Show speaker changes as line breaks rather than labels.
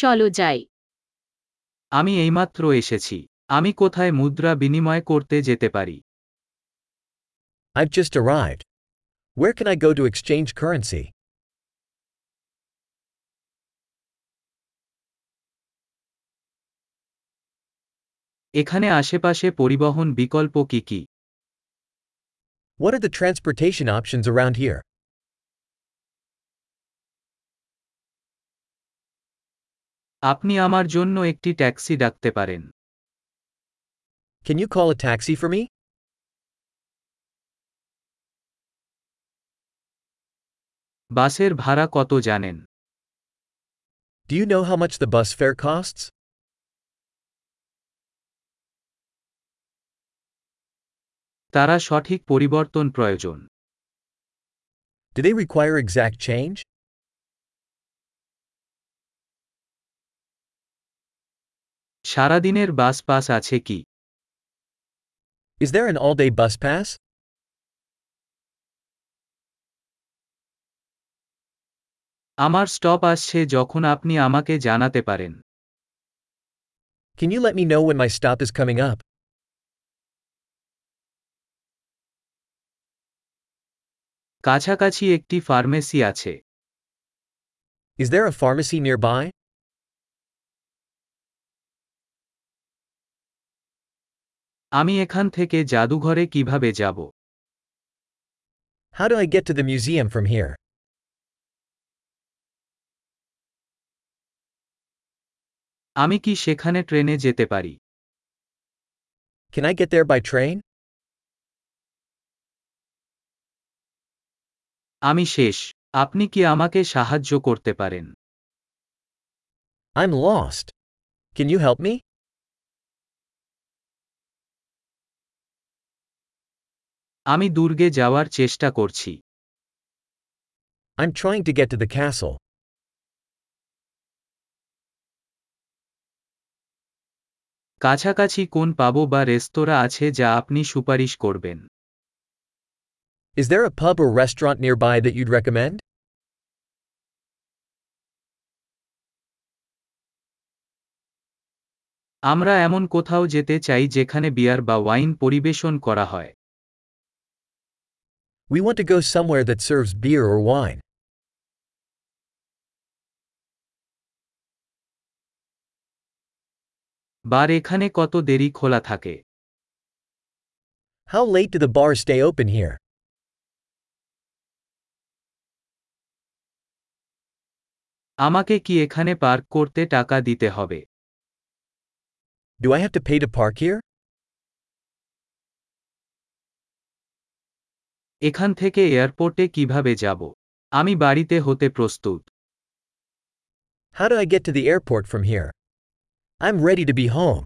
চলো যাই
আমি এইমাত্র এসেছি আমি কোথায় মুদ্রা বিনিময় করতে যেতে পারি
I've just arrived. Where can I go to exchange currency?
এখানে আশেপাশে পরিবহন বিকল্প কি কি
What are the transportation options around here?
আপনি আমার জন্য একটি ট্যাক্সি ডাকতে পারেন
Can you call a taxi for me?
বাসের ভাড়া কত জানেন
Do you know how much the bus fare costs?
তারা সঠিক পরিবর্তন প্রয়োজন
Do they require exact change?
সারাদিনের বাস পাস আছে কি
Is there an all day bus pass?
আমার স্টপ আসছে যখন আপনি আমাকে জানাতে পারেন
Can you let me know when my stop is coming up?
কাছাকাছি একটি ফার্মেসি আছে
Is there a pharmacy nearby?
আমি এখান থেকে জাদুঘরে কিভাবে যাব
How do I get to the museum from here?
আমি কি সেখানে ট্রেনে যেতে পারি
Can I get there by train?
আমি শেষ আপনি কি আমাকে সাহায্য করতে পারেন
I'm lost. Can you help me?
আমি দুর্গে যাওয়ার চেষ্টা করছি
I'm trying to get to the castle.
কাছাকাছি কোন পাবো বা রেস্তোরাঁ আছে যা আপনি সুপারিশ করবেন
Is there a pub or restaurant nearby that you'd recommend?
আমরা এমন কোথাও যেতে চাই যেখানে বিয়ার বা ওয়াইন পরিবেশন করা হয়
We want to go somewhere that serves beer or wine.
বার এখানে কত দেরি খোলা থাকে
How late do the bars stay open here?
আমাকে কি এখানে পার্ক করতে টাকা দিতে হবে
Do I have to pay to park here?
এখান থেকে এয়ারপোর্টে কিভাবে যাব আমি বাড়িতে হতে প্রস্তুত
How do I get to the airport from here? I'm ready to be home.